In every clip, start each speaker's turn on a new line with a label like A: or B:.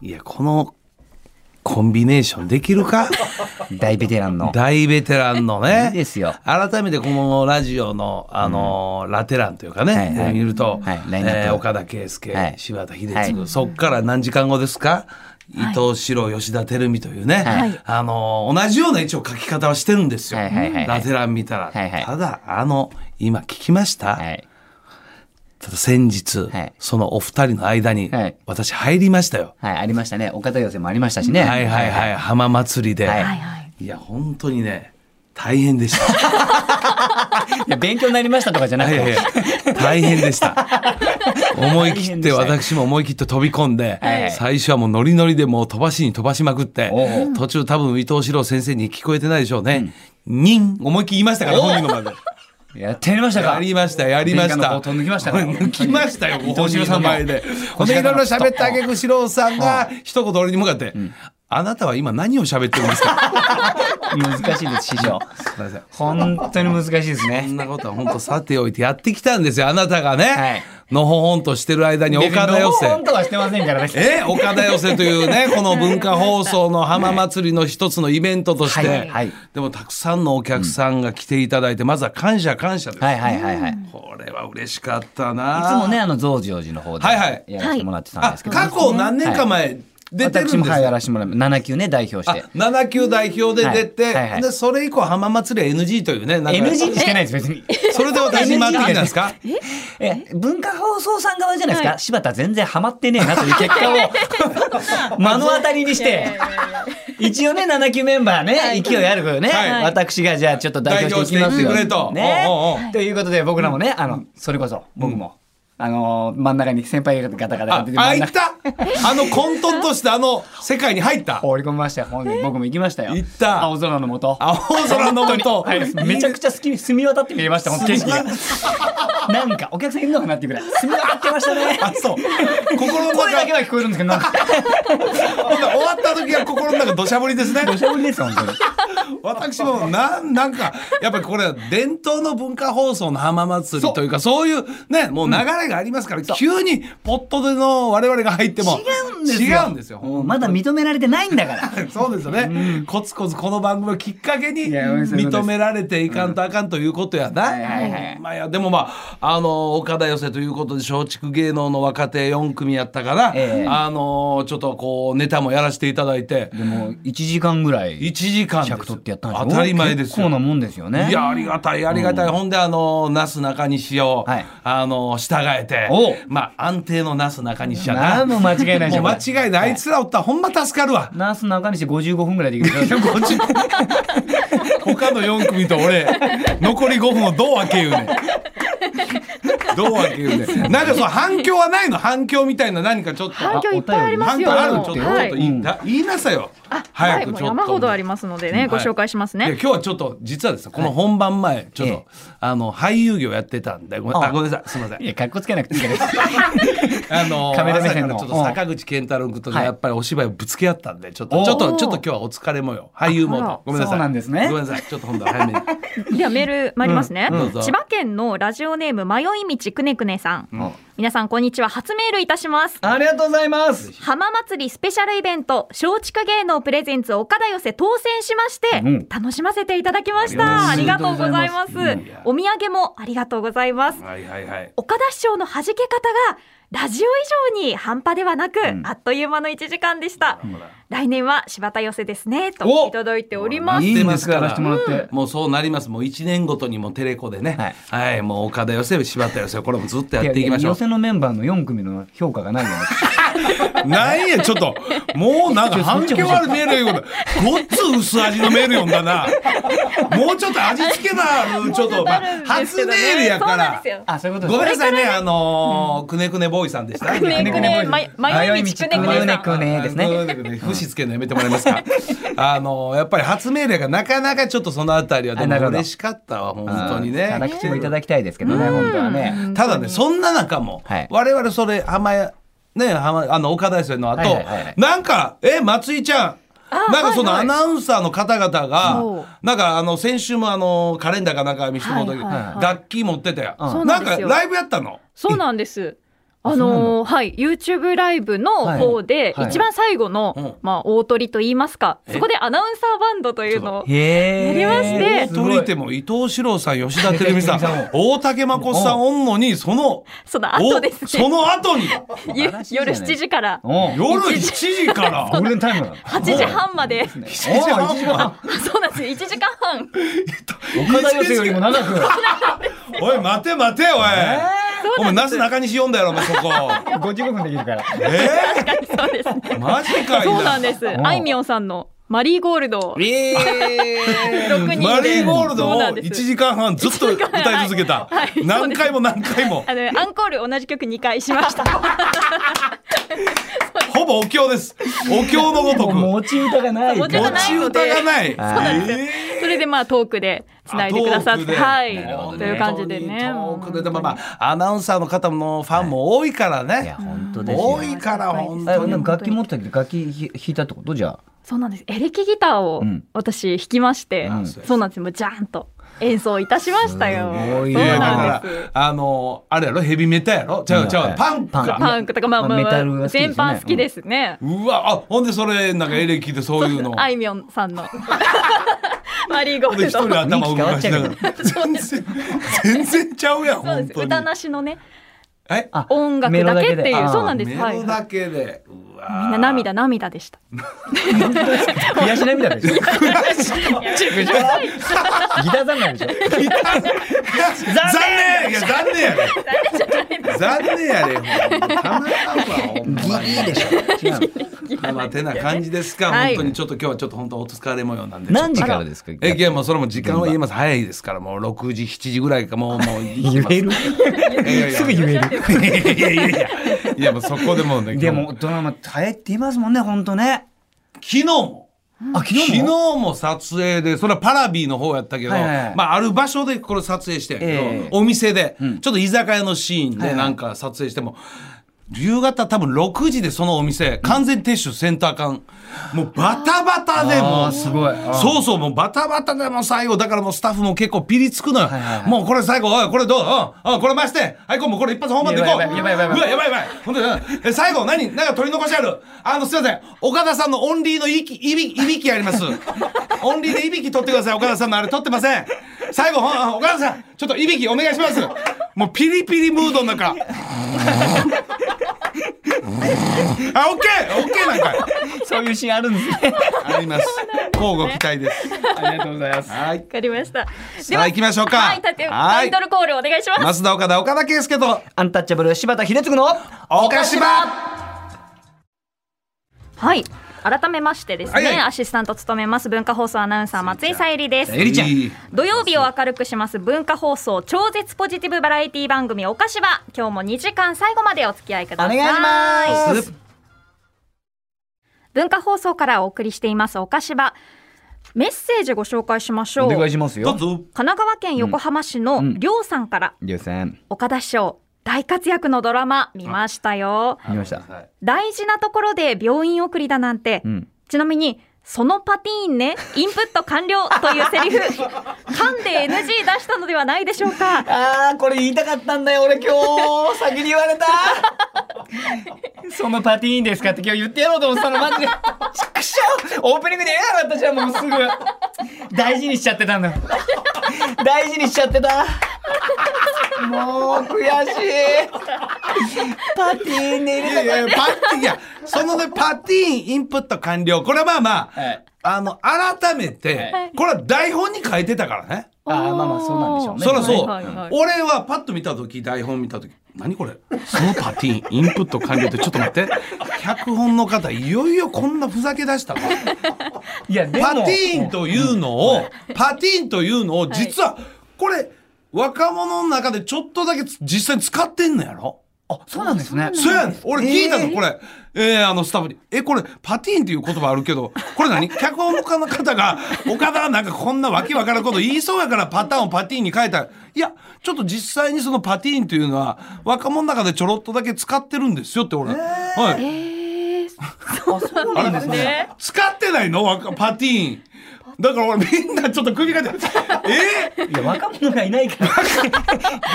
A: いや、このコンビネーションできる か
B: 大ベテランの。
A: 大ベテランのね。
B: いいですよ
A: 改めてこのラジオの、あのーラテランというかね、
B: はいはい
A: 見ると、
B: はいラインナップ
A: えー岡田圭佑、
B: はい
A: 柴田秀
B: は
A: 嗣、
B: い
A: そっから何時間後ですか、伊藤四郎、吉田照美というね、
B: はい
A: あのー同じような一応書き方はしてるんですよ。
B: はいはいはいはい
A: ラテラン見たら。
B: はいはい
A: ただ、あの、今聞きました、
B: はい。
A: ただ先日、
B: はい
A: そのお二人の間に、
B: はい
A: 私入りましたよ。
B: はい、ありましたね。岡田寄せもありましたしね。
A: はいはいはい、浜祭りで。
B: はい
C: はいはい。
A: いや、本当にね、大変でした。
B: いや勉強になりましたとかじゃな
A: い
B: くて。
A: やいや、大変でした。思い切
B: 大変
A: っ
B: で
A: て、
B: したね
A: 私も思い切って飛び込んで
B: はいはい、
A: 最初はもうノリノリでもう飛ばしに飛ばしまくって
B: おう、
A: 途中多分伊藤四郎先生に聞こえてないでしょうね。にん、思いっきり言いましたから、本人のまで。
B: やってやりましたか。
A: やりました、やりまし
B: 勉強の
A: た。
B: 冒頭抜きましたか
A: 抜きましたよ、
B: 本当
A: 大
B: に
A: 城さん前で。ほんで、いろいろ喋ったあげく、四郎さんが、一言俺に向かって、あなたは今何を喋ってるんですか
B: 難しいです、師匠。
A: すいません。
B: 本当に難しいです
A: そ
B: ね。
A: んなことは本当さておいてやってきたんですよ、あなたがね。
B: はい
A: のほほんとしてる間に岡田寄
B: 本
A: せ。
B: 当はしてませんからね。
A: え岡田寄せという ね、この文化放送の浜祭りの一つのイベントとして、
B: はいはい
A: でもたくさんのお客さんが来ていただいて、まずは感謝感謝です。
B: はいはいはいはい。い
A: これは嬉しかったな
B: つもね、あの増上寺の方で。
A: はいはい
B: やらせてもらってたん
A: あ、
B: ですけど。
A: 過去何年か前出てるんです
B: 私
A: ね
B: もはいやらせてもらいます。七級ね、代表して
A: あ。7級代表で出て、
B: はいはいはい
A: でそれ以降浜祭りは NG というねなんか
B: NG にしてないです、別に。
A: それで私今ってきたんですか
B: え、文化放送さん側じゃないですか。柴田全然ハマってねえなという結果を目の当たりにして。一応ね、7級メンバーね、勢いあるからね、
A: はい
B: 私がじゃあちょっと代表していきます
A: 代表してい
B: よ
A: ってくれと
B: ね
A: おうおうおう
B: ということで僕らもね、あの、それこそ僕も、あのー、真ん中に先輩方々が
A: あ
B: 出て、
A: あ
B: 真ん
A: い
B: 中
A: たあの混沌としたあの世界に入った
B: 放り込みましたよ。ほんで僕も行きましたよ。
A: 行った
B: 青空の下。
A: 青空の下
B: はいめちゃくちゃ好きに澄み渡って見えました、ほんと景色が。なんか、お客さんいるのかなっていうぐらい、澄み渡ってましたね。
A: あそう心の中
B: 声だけは聞こえるんですけど、なんか、
A: ほんで終わった時は心の中土砂降りですね
B: おしゃべりですよ、本当に。
A: 私もなんなんかやっぱりこれは伝統の文化放送の浜祭りというかそういうねもう流れがありますから、急にポットでの我々が入っても
B: 違うんですよ。
A: 違うんですよ
B: もうまだ認められてないんだから。
A: そうですよね、コツコツこの番組をきっかけに
B: いやそういうことです
A: 認められていかんとあかんということやな、
B: はいはいはい
A: まあいやでもまああの岡田寄せということで松竹芸能の若手4組やったから、
B: ええ
A: あのちょっとこうネタもやらせていただいて
B: でも、1時間ぐらい
A: 1、時間です
B: 尺取ってやったんでしょ
A: 当たり前です
B: 結構な
A: よ
B: もんですよね。
A: いやありがたいありがたい、ほんであのなすなかにしよう、
B: はい
A: あの従えて
B: おう
A: まあ安定のなすなかにしや
B: な
A: なん
B: も間違いないで
A: も
B: し
A: う
B: ょ。これ
A: 間違いないあいつらおったらほんま助かるわ
B: ナースの中西55分ぐらいできる。
A: 他の4組と俺残り5分をどう分け言うねんどう分け言うねんなんかその反響はないの反響みたいな何かちょっと
C: 反響いっぱいあります
A: 反
C: よ。
A: 響あるのちょっと,、
C: は
A: ちょっと
C: い。
A: 言いな言いなさいよ
C: はい、
A: 早
C: も
A: くち
C: う
A: ょっと、
C: 山ほどありますのでね、ご紹介します
A: いや
C: ね。
A: 今日はちょっと実はですねこの本番前、ちょっと、
B: ええ
A: あの俳優業やってたんでごめん
B: あ
A: あごめんなさいすいません
B: いや、かっこつけなくていいから。
A: あの
B: カメラ
A: 朝
B: 目
A: か
B: 線
A: ら
B: の
A: ちょっと坂口健太郎君とね
B: はい
A: やっぱりお芝居をぶつけ合ったんでちょっと
B: お
A: ちょっと
C: お
A: ちょっと今日はお疲れ模様俳優モー
C: あら
A: ドごめんなさい
B: そうなんですね
A: ごめんなさいちょっと今度は早めに
C: ではメール参りますね、
A: うんうんどうぞ
C: 千葉県のラジオネーム迷い道くねくねさん。
B: うん
C: 皆さんこんにちは。初メールいたします。
B: ありがとうございます。
C: 浜祭りスペシャルイベント松竹芸能プレゼンツ岡田寄せ当選しまして、
B: うん
C: 楽しませていただきましたあ
B: あ
C: り
B: り
C: が
B: が
C: と
B: と
C: う
B: う
C: ご
B: ご
C: ざ
B: ざ
C: い
B: い
C: ま
B: ますす
C: お土産もありがとうございます
A: はいはいはい
C: 岡田師匠の弾け方がラジオ以上に半端ではなく、
B: ん
C: あっという間の1時間でした、来年は柴田寄せですねと
A: お
C: いただいております
A: いいんですから
B: やらせてもらって。
A: もうそうなりますもう1年ごとにもうテレコでねは
B: はいい、
A: もう岡田寄せ柴田寄せこれもずっとやっていきましょ
B: 予
A: う
B: 選のメンバーの4組の評価がないよね。
A: なんやちょっともうなんか反響あるメールいうことごっつ薄味のメール読んだなもうちょっと味付けのあるちょっと、まあ、初メールや
C: そう
A: か
C: なん
A: ら
C: ですよ
B: あ、そういうこと
A: ごめん
B: で
A: な
B: すか。
A: さいね、あのーくねくねボーイさんでした。
C: くねくねま迷い道くねくねさん
B: くねですね。
A: ね。節つけるのやめてもらえます か。あのーやっぱり初命令がなかなかちょっとそのあたりはで
B: あなる
A: も
B: ほど
A: 嬉しかったわ本
B: うん
A: 当に
B: 辛
A: ね。
B: 口もいただきたいですけどね、本当はね。
A: ただねそんな中も、
B: はい
A: 我々それ浜やね浜あの岡田さんの後、
B: はいはいはいはい
A: なんかえ松井ちゃん。なんかその
C: はいは
A: アナ
C: い
A: ウンサーの方々が、
C: そう
A: なんかあの先週もあのカレンダーかなんか見せてもらった時、
C: はいはいはい
A: 楽器持ってたよ、
C: そう
A: な
C: なんん
A: か
C: ですよ
A: ライブやったの
C: そうなんですあのーはい、YouTube ライブの方で、
B: はい
C: 一番最後の、
A: うん
C: まあ、大トリと言いますか、
A: え
C: そこでアナウンサーバンドというのを、
B: へえ。
C: やりまして
A: 大鳥でも伊藤四郎さん、吉田照美さ ん
B: 吉田照美さん、
A: 大竹まこさんおんのに、その、
C: その
A: お
C: 後です
A: そ
C: ね、
A: の後に、
C: ゆ
B: 素晴らしいじゃな
C: 夜
B: い
C: 7時から
B: おう
A: 夜7時 から、
B: ゴールデンタイムだ。
C: 8時半まで、
B: おう
A: 7時半
B: 一時半。
C: そうなんですよ、1時間半、
B: 岡田寄せよりも長 く。
A: おい、待て待て、おい。お前、なすなかにし読んだやろ、お前、そこ。
B: 55分できるから。
A: え
C: 確かにそうですね。
A: ー、マジかい
C: そうなんです。
B: ん
C: あいみょんさんのマリーゴールドを
A: え ー
C: 6人で。
A: マリーゴールド
C: そう
A: を
C: なん
A: 1
C: です
A: 時間半ずっと歌い続けた
C: はいはい。
A: 何回も何回も。
C: あのアンコール同じ曲2回し ました。
A: ほぼお経です。お経のごとく。
B: もう
A: 持
B: 持ち歌がない。
C: 持ち歌がない
A: ち歌がない。えー
C: それでまあトークでつないでくださって、
A: あ
C: はい、
B: なるほど
C: と
B: ね
C: いう感じでね。
A: トークでで
C: も
A: も
C: う
A: まあアナウンサーの方のファンも多いから
B: いや
A: ね。
B: 本当ですよ
A: 多いから本
B: あ
A: 当
B: で
A: に
B: も。楽器持ってたけど楽器ひ弾いたってことじゃ
C: そうなんです。エレキギターを
B: うん
C: 私弾きまして、
B: うん
C: そうなんですよ。もうジャーンと演奏いたしましたよ。
B: すごい
C: そ
B: ね
C: う
A: いやだ
C: なん
A: か
C: です。
A: らあのあれやろヘビメタやろ。ちゃうちゃうパンク
B: パ
A: か。
C: パンクとかまあまあ、
B: メタルが好きですよ
C: 全
B: ね
C: 般好きですね。
A: うわあほんでそれなんかエレキでそういうの。
C: あいみょんさん のマリーゴ
A: ほ
C: ー
A: んで
C: ル
A: 一
C: ド
A: 人。頭を動かしながら全然全然ちゃうやん
C: そう
A: 本
C: です。
A: 当に
C: 歌。なしのね、
A: え
B: あ。
C: 音楽だけっていう、そうなん
B: で
C: です。
A: メ
C: はい。
A: ロだけで。うわ
C: みんな涙涙でした。
B: す。悔し涙でしょ。ギター三昧でしょ。
A: 残念いや残念やね残念やねほ んまかなわほんまに
B: 違うの
A: まあまあてな感じですか、
C: はい
A: 本当にちょっと今日はちょっと本当お疲れ模様なんで
B: 何時からですか。
A: えいやもうそれも時間は言えます早いですからもう6時7時ぐらいかもう もう言
B: 言える。すぐ言える。
A: いやいやいやいやもうそこでもうね
B: でもドラマ早いって言いますもんね本当ね。
A: 昨日も
B: あ昨
A: 昨
B: 日
A: 日
B: も。
A: も撮影でそれはパラビーの方やったけど、
B: はいはいはい
A: まあ、ある場所でこれ撮影してんやけど、
B: ええ
A: お店で、
B: ん
A: ちょっと居酒屋のシーン
B: は
A: で
B: いはい
A: なんか撮影しても、夕方多分6時でそのお店完全撤収センター間、もうバタバタでも
B: あー
A: う
B: すごいあー
A: そうそうもうバタバタでもう最後だからもうスタッフも結構ピリつくのよ、
B: はいはいはい
A: もうこれ最後おいこれどう、うんうんこれ回してはいこれもうこれ一発本番でいこう
B: やばいやばいやばいやばい
A: わ
B: う
A: やばいやばいほんでうんえ最後何なんか取り残しあるあのすいません岡田さんのオンリーのいびきいびいびきあり ますオンリーでいびき取ってください岡田さんのあれ取ってません最後ほん岡田さんちょっといびきお願いしますもうピリピリムードの 中あオッケーオッケーなんかい
B: そういうシーンあるんですね。
A: あります交互期待です
B: ありがとうございます。
A: はい
C: わかりました。で
A: さあ行きましょうか
C: はい、タテタ
A: は
C: イ
A: い
C: トルコールお願いします。
A: 増田岡田岡田圭介と
B: アンタッチャブル柴田秀嗣の
A: 岡島
C: はい。改めましてですね、
A: はいはい
C: アシスタント務めます文化放送アナウンサー松井さゆりです。
B: ゆりちゃん
C: 土曜日を明るくします文化放送超絶ポジティブバラエティ番組おかしば今日も2時間最後までお付き合いください
B: お願いします
C: 文化放送からお送りしていますおかしばメッセージご紹介しましょう
B: お願い
C: 神
B: しますよ
A: ど。うぞ
C: 奈川県横浜市の
B: ん
C: りょうさんから、
B: 流線
C: 岡田師匠大活躍のドラマ見ましたよ
B: 見ました。
C: 大事なところで病院送りだなんて、
B: うん。
C: ちなみに、そのパティー ンね、インプット完了というセリフ、噛んで NG 出したのではないでしょうか。
B: あーこれ言いたかったんだよ俺今日 先に言われたそのパティーンですかって今日言ってやろうと思ってたのマジでちくしょうオープニングで言えなかったじゃんもうすぐ大事にしちゃってたん だ大事にしちゃってたもう悔し いパティーンで入
A: い
B: れた
A: やいやパッティいやそのねパティーンインプット完了これはまあまあ、
B: はい
A: あの改めて、
B: はい
A: これは台本に書いてたからね、
B: あーまあまあそうなんでしょうね
A: そりゃそう、
C: はいはいはい
A: 俺はパッと見た時台本見た時何これそのパティーンインプット完了ってちょっと待って 脚本の方いよいよこんなふざけ出したの
B: いやでも
A: パティーンというのを、パティーンというのを、実は、これ、若者の中でちょっとだけつ実際に使ってんのやろ
B: あそうなんですね
A: そうやねん俺聞いた
B: え
A: の、
B: ー
A: これ。えーあの、スタッフに。え、これ、パティーンっていう言葉あるけど、これ 何脚本家の方が、岡田はなんかこんなわけわからんこと言いそうやからパターンをパティーンに変えた。いや、ちょっと実際にそのパティーンというのは、若者の中でちょろっとだけ使ってるんですよって俺。はい。
C: えー、
B: あそうなんですね
C: ね。
A: 使ってないの若パティーンだから俺みんなちょっと首が出てえ
B: いや若者がいないから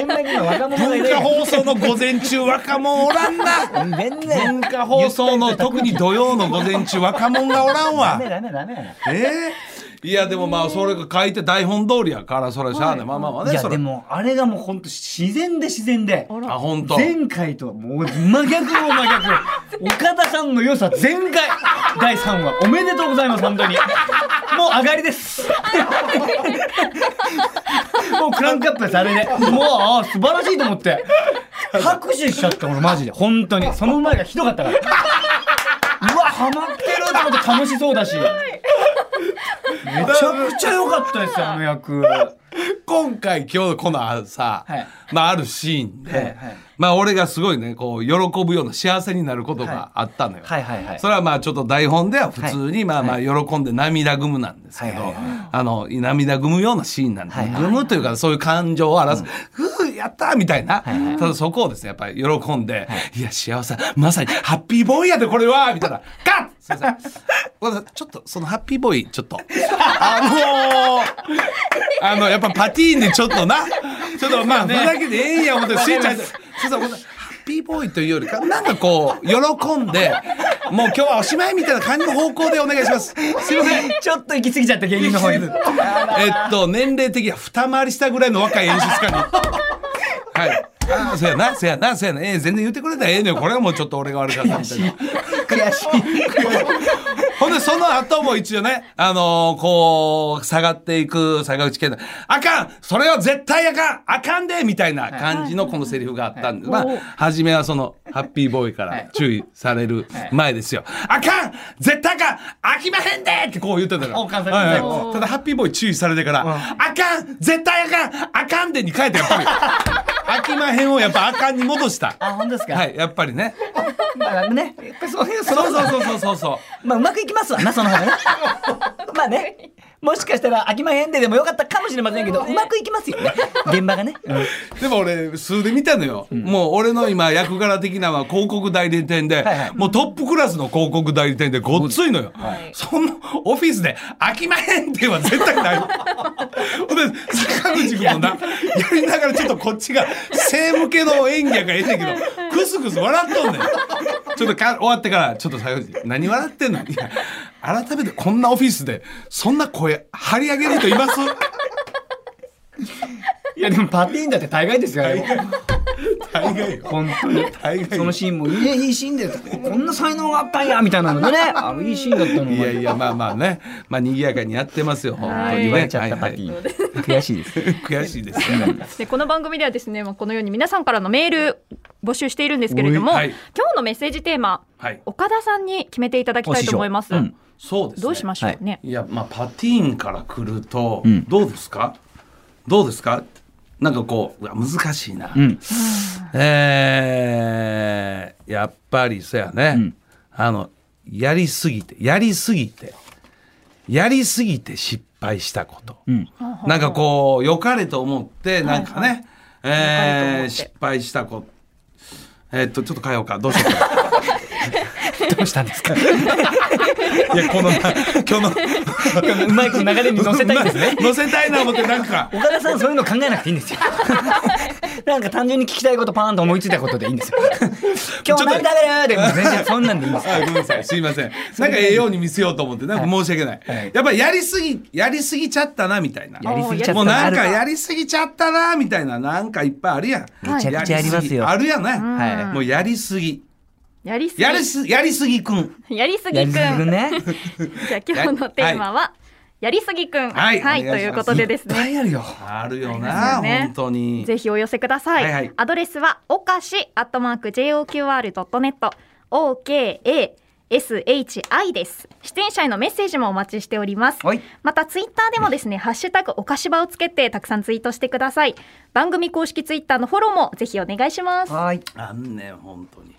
B: 現場に今若者がい
A: 文
B: ない
A: 化
B: から
A: 放送の午前中若者おらんな
B: 全然
A: 文化放送の特に土曜の午前中若者がおらん
B: ダ
A: わ
B: メダメダメ
A: えー、いやでもまあそれが書いて台本通りやからそれしゃあね、まあまあまあ
B: い
A: ね
B: や
A: それ
B: でもあれがもう本当自然で自然で
A: あ本当。
B: 前回とはもう真逆の真 逆岡田さんの良さ全開第3話おめでとうございます本当にもう上がりです もうクランクアップですあれでもうあー素晴らしいと思って拍手しちゃった俺マジで本当にその前がひどかったからうわハマってると思って楽しそうだしめちゃくちゃ良かったですよあの役
A: 今回今日このさ、
B: はい
A: まああるシーンで、
B: はいはい
A: まあ俺がすごいねこう喜ぶような幸せになることがあったのよ、
B: はいはいはい
A: それはまあちょっと台本では普通に、
B: はい
A: まあまあ喜んで涙ぐむなんですけど、
B: はいはい
A: あの涙ぐむようなシーンなんで、
B: はいはい
A: ぐむというかそういう感情を表す、ふうやったーみたいな、
B: はいはい
A: ただそこをですねやっぱり喜んで、い、や幸せまさにハッピーボーイやでこれはみたいなカッすいませんごめんなさいちょっとそのハッピーボーイちょっとあのーあのやっぱパティーンでちょっとなちょっとまあふざけてええんや思ってしーちゃんすいませんごめんなさいハッピーボーイというよりかなんかこう喜んでもう今日はおしまいみたいな感じの方向でお願いしますすいません
B: ちょっと行き過ぎちゃった芸人の方 に
A: えっと年齢的には二回り下ぐらいの若い演出家にはいあーそやなそやなそやなええ全然言ってくれたらええのよこれはもうちょっと俺が悪かったみたいな
B: 悔し
A: ほんで、その後も一応ね、あのーこう、下がっていく坂口健太、あかんそれは絶対あかんあかんでみたいな感じのこのセリフがあったんで、まあ、初めはその、ハッピーボーイから注意される前ですよ。あかん絶対あかん飽きまへんでってこう言ってたの。
B: お母さん
A: はいはいただ、ハッピーボーイ注意されてから、あかん絶対あかんあかんでに変えて、やっ ぱり。飽きまへんをやっぱあかんに戻した。
B: あ、本当ですか。
A: はい、やっぱりね。
B: まあね、やっぱりそういう、そ
A: そう
B: の
A: そうそうそうそうそう。
B: まあうまくいきますわな、その 方がね。まあね。もしかしたら、飽きまへんででもよかったかもしれませんけど、うまくいきますよね。現場がね。
A: でも俺数で見たのよ、もう俺の今役柄的なのは広告代理店で、
B: はいはい
A: もうトップクラスの広告代理店でごっついのよ、
C: い
A: そのオフィスで「飽きまへん」っては絶対ないほんで坂口君もなやりながらちょっとこっちが性向けの演技やからええねんけどクスクス笑っとんねんちょっとか終わってからちょっと坂口何笑ってんのいや改めてこんなオフィスでそんな声張り上げる人います
B: いや、でもパティーンだって大概ですよ、あれ
A: 大概よ
B: 本当に。
A: 大概よ
B: そのシーンも、いや、いいシーンで、こんな才能があったんや、みたいなのでね。あの、いいシーンだったの。
A: いやい
B: や。
A: やまあまあねまあ賑やかにやってますよ本当にね
B: 言われちゃった
A: は
B: パ
A: い
B: テ
A: はい
B: ィーン。悔しいです。
A: 悔しいですね
C: でこの番組ではですね、まあ、このように皆さんからのメール募集しているんですけれども、
A: おいはい
C: 今日のメッセージテーマ、
A: はい
C: 岡田さんに決めていただきたいと思います、
B: お師匠うん
A: そうですね
C: どうしましょうね、
A: いやまあパティーンから来ると
B: ん
A: どうですかどうですかなんかこううわ難しいな
B: うん。
A: えーやっぱりそや
B: う
A: ね
B: ん
A: あのやりすぎてやりすぎてやりすぎて失敗したこと
B: うん。
A: なんかこう良かれと思ってなんかね、
C: 良かれと
A: え
C: 思っ
A: ー
C: て
A: 失敗したことえーっとちょっと変えようかどうしよう か
B: どうしたんですか。
A: いやこのな 今日の
B: うまいこと流れに乗せたいんですね。
A: 乗せたいな思ってなんか
B: 岡田さんそういうの考えなくていいんです よなんか単純に聞きたいことパーンと思いついたことでいいん ですよ今日何食べるでも全然そんなんでいいんですよ
A: あごめんなさいすいませんなんかええように見せようと思ってなんか申し訳ない、
B: はい
A: やっぱりやりすぎやりすぎちゃったなみたいな
B: やりすぎちゃった
A: も
B: な
A: うなんか
B: ある
A: やりすぎちゃったなみたいななんかいっぱいあるやん
C: めち
B: ゃくちゃありますよ
A: やりぎあるや
C: うん
A: ね、
B: は
A: もうやりすぎ
C: やりすぎ
A: やりすやりすぎくん
C: やりす
B: いや
C: ぎ
B: り
C: く
B: す
C: ん
B: ぎくんね
C: じゃあ今日のテーマは、やりすぎくん
A: はいお
C: と
A: 願いします
C: いうことでです
B: いっぱ
C: ね
B: いあるよ
A: あるよな
C: ありますよね
A: 本当に
C: ぜひお寄せください、
A: はいはい
C: アドレスはおかしアットマーク JOQR.net OKASHI です出演者へのメッセージもお待ちしております
B: はい
C: またツイッターでもですね、ハッシュタグおかしばをつけてたくさんツイートしてください番組公式ツイッターのフォローもぜひお願いします
B: はい
A: あんねん本当に